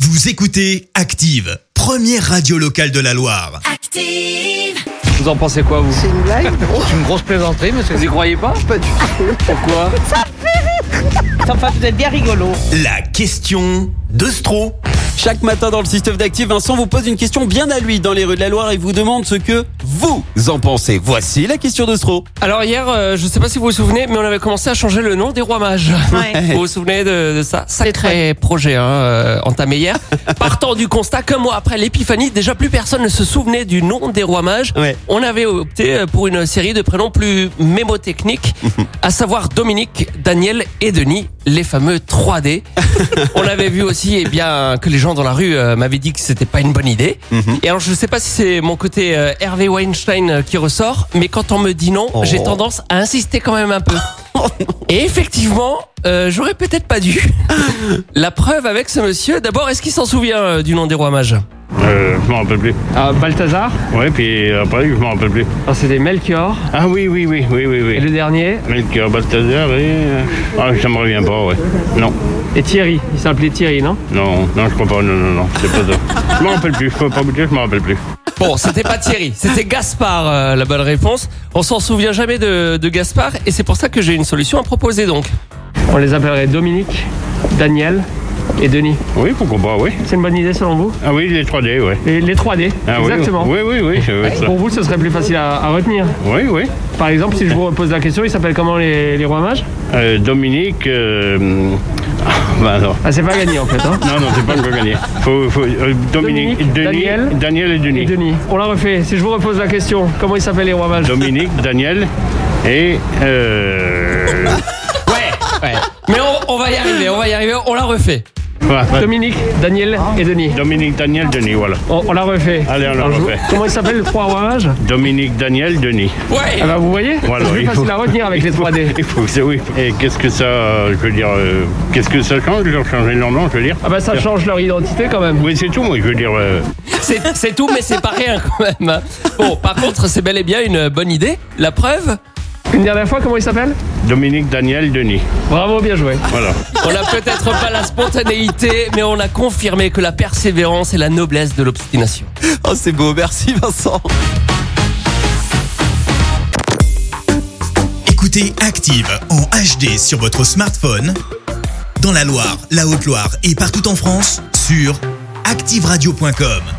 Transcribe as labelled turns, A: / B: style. A: Vous écoutez Active, première radio locale de la Loire.
B: Active.
C: Vous en pensez quoi, vous
D: C'est une blague
C: C'est une grosse plaisanterie, monsieur. Vous y croyez pas
D: Pas du tout.
C: Pourquoi
D: Enfin, vous êtes bien rigolo.
A: La question de Stro.
E: Chaque matin dans le système d'Active, Vincent vous pose une question bien à lui dans les rues de la Loire et vous demande ce que vous en pensez. Voici la question de Stro.
F: Alors hier, euh, je sais pas si vous vous souvenez, mais on avait commencé à changer le nom des rois mages. Vous vous souvenez de, de ça Sacré projet hein, euh, entamé hier. Partant du constat qu'un mois après l'épiphanie, déjà plus personne ne se souvenait du nom des rois mages.
E: Ouais.
F: On avait opté euh, pour une série de prénoms plus mémotechniques, à savoir Dominique, Daniel et Denis, les fameux 3D. On avait vu aussi eh bien que les gens dans la rue euh, m'avaient dit que c'était pas une bonne idée. Et alors je sais pas si c'est mon côté euh, Hervé Weinstein euh, qui ressort, mais quand on me dit non,
E: Oh.
F: j'ai tendance à insister quand même un peu. Et effectivement, euh, j'aurais peut-être pas dû. La preuve avec ce monsieur, d'abord, est-ce qu'il s'en souvient euh, du nom des rois mages
G: Euh, je m'en rappelle plus.
C: Ah, Balthazar,
G: Ouais, puis après, je m'en rappelle plus.
C: Ah, c'était Melchior.
G: Ah oui, oui, oui, oui, oui,
C: Et le
G: oui.
C: dernier,
G: Melchior Balthazar et... euh, Ah, ça me revient pas, ouais. Non,
C: et Thierry. Il s'appelait Thierry, non
G: non, non, je crois pas, non, non, non, c'est pas ça. Je m'en rappelle plus, je peux pas vous dire, je m'en rappelle plus.
F: Bon, c'était pas Thierry, c'était Gaspard euh, la bonne réponse. On s'en souvient jamais de, de Gaspard et c'est pour ça que j'ai une solution à proposer donc.
C: On les appellerait Dominique, Daniel et Denis.
G: Oui, pourquoi pas, oui.
C: C'est une bonne idée selon vous
G: Ah oui, les 3D, ouais.
C: Et les 3D,
G: Ah, oui,
C: exactement.
G: Oui, oui, oui, ça va être ça.
C: Pour vous, ce serait plus facile à, à retenir.
G: Oui, oui.
C: Par exemple, si je vous repose la question, ils s'appellent comment les, les rois mages
G: Euh, Dominique... euh, ah, bah non.
C: Ah, c'est pas gagné en fait. Hein
G: Non, non, c'est pas le gagner. Faut, faut, euh, Dominique,
C: Dominique,
G: Denis,
C: Daniel,
G: et
C: Et
G: Denis.
C: Denis. On la refait. Si je vous repose la question, comment ils s'appellent les rois mages
G: Dominique, Daniel et... Euh...
F: Ouais. Mais on, on va y arriver, on va y arriver, on la refait.
G: voilà.
C: Dominique, Daniel et Denis.
G: Dominique, Daniel, Denis, voilà.
C: On, on la refait.
G: Allez, on la
C: Alors, je vous-
G: refait.
C: Comment ils s'appellent les trois rois mages
G: Dominique, Daniel, Denis.
F: Ouais.
C: Ah bah, vous voyez
G: Voilà,
C: C'est plus
G: il faut-
C: facile à retenir avec les 3D.
G: Il faut que ça, oui. Et qu'est-ce que ça, euh, je veux dire, euh, qu'est-ce que ça change de leur changer leur nom, je veux dire
C: Ah bah ça change leur identité quand même.
G: Oui, c'est tout, moi, je veux dire. euh,
F: C'est c'est tout, mais c'est pas rien quand même. hein. Bon, par contre, c'est bel et bien une bonne idée. La preuve,
C: Une dernière fois, comment ils s'appellent
G: Dominique, Daniel, Denis.
C: Bravo, bien joué.
G: Voilà.
F: on n'a peut-être pas la spontanéité, mais on a confirmé que la persévérance est la noblesse de l'obstination.
E: Oh, c'est beau, merci Vincent.
A: Écoutez Active en HD sur votre smartphone, dans la Loire, la Haute-Loire et partout en France, sur activeradio.com.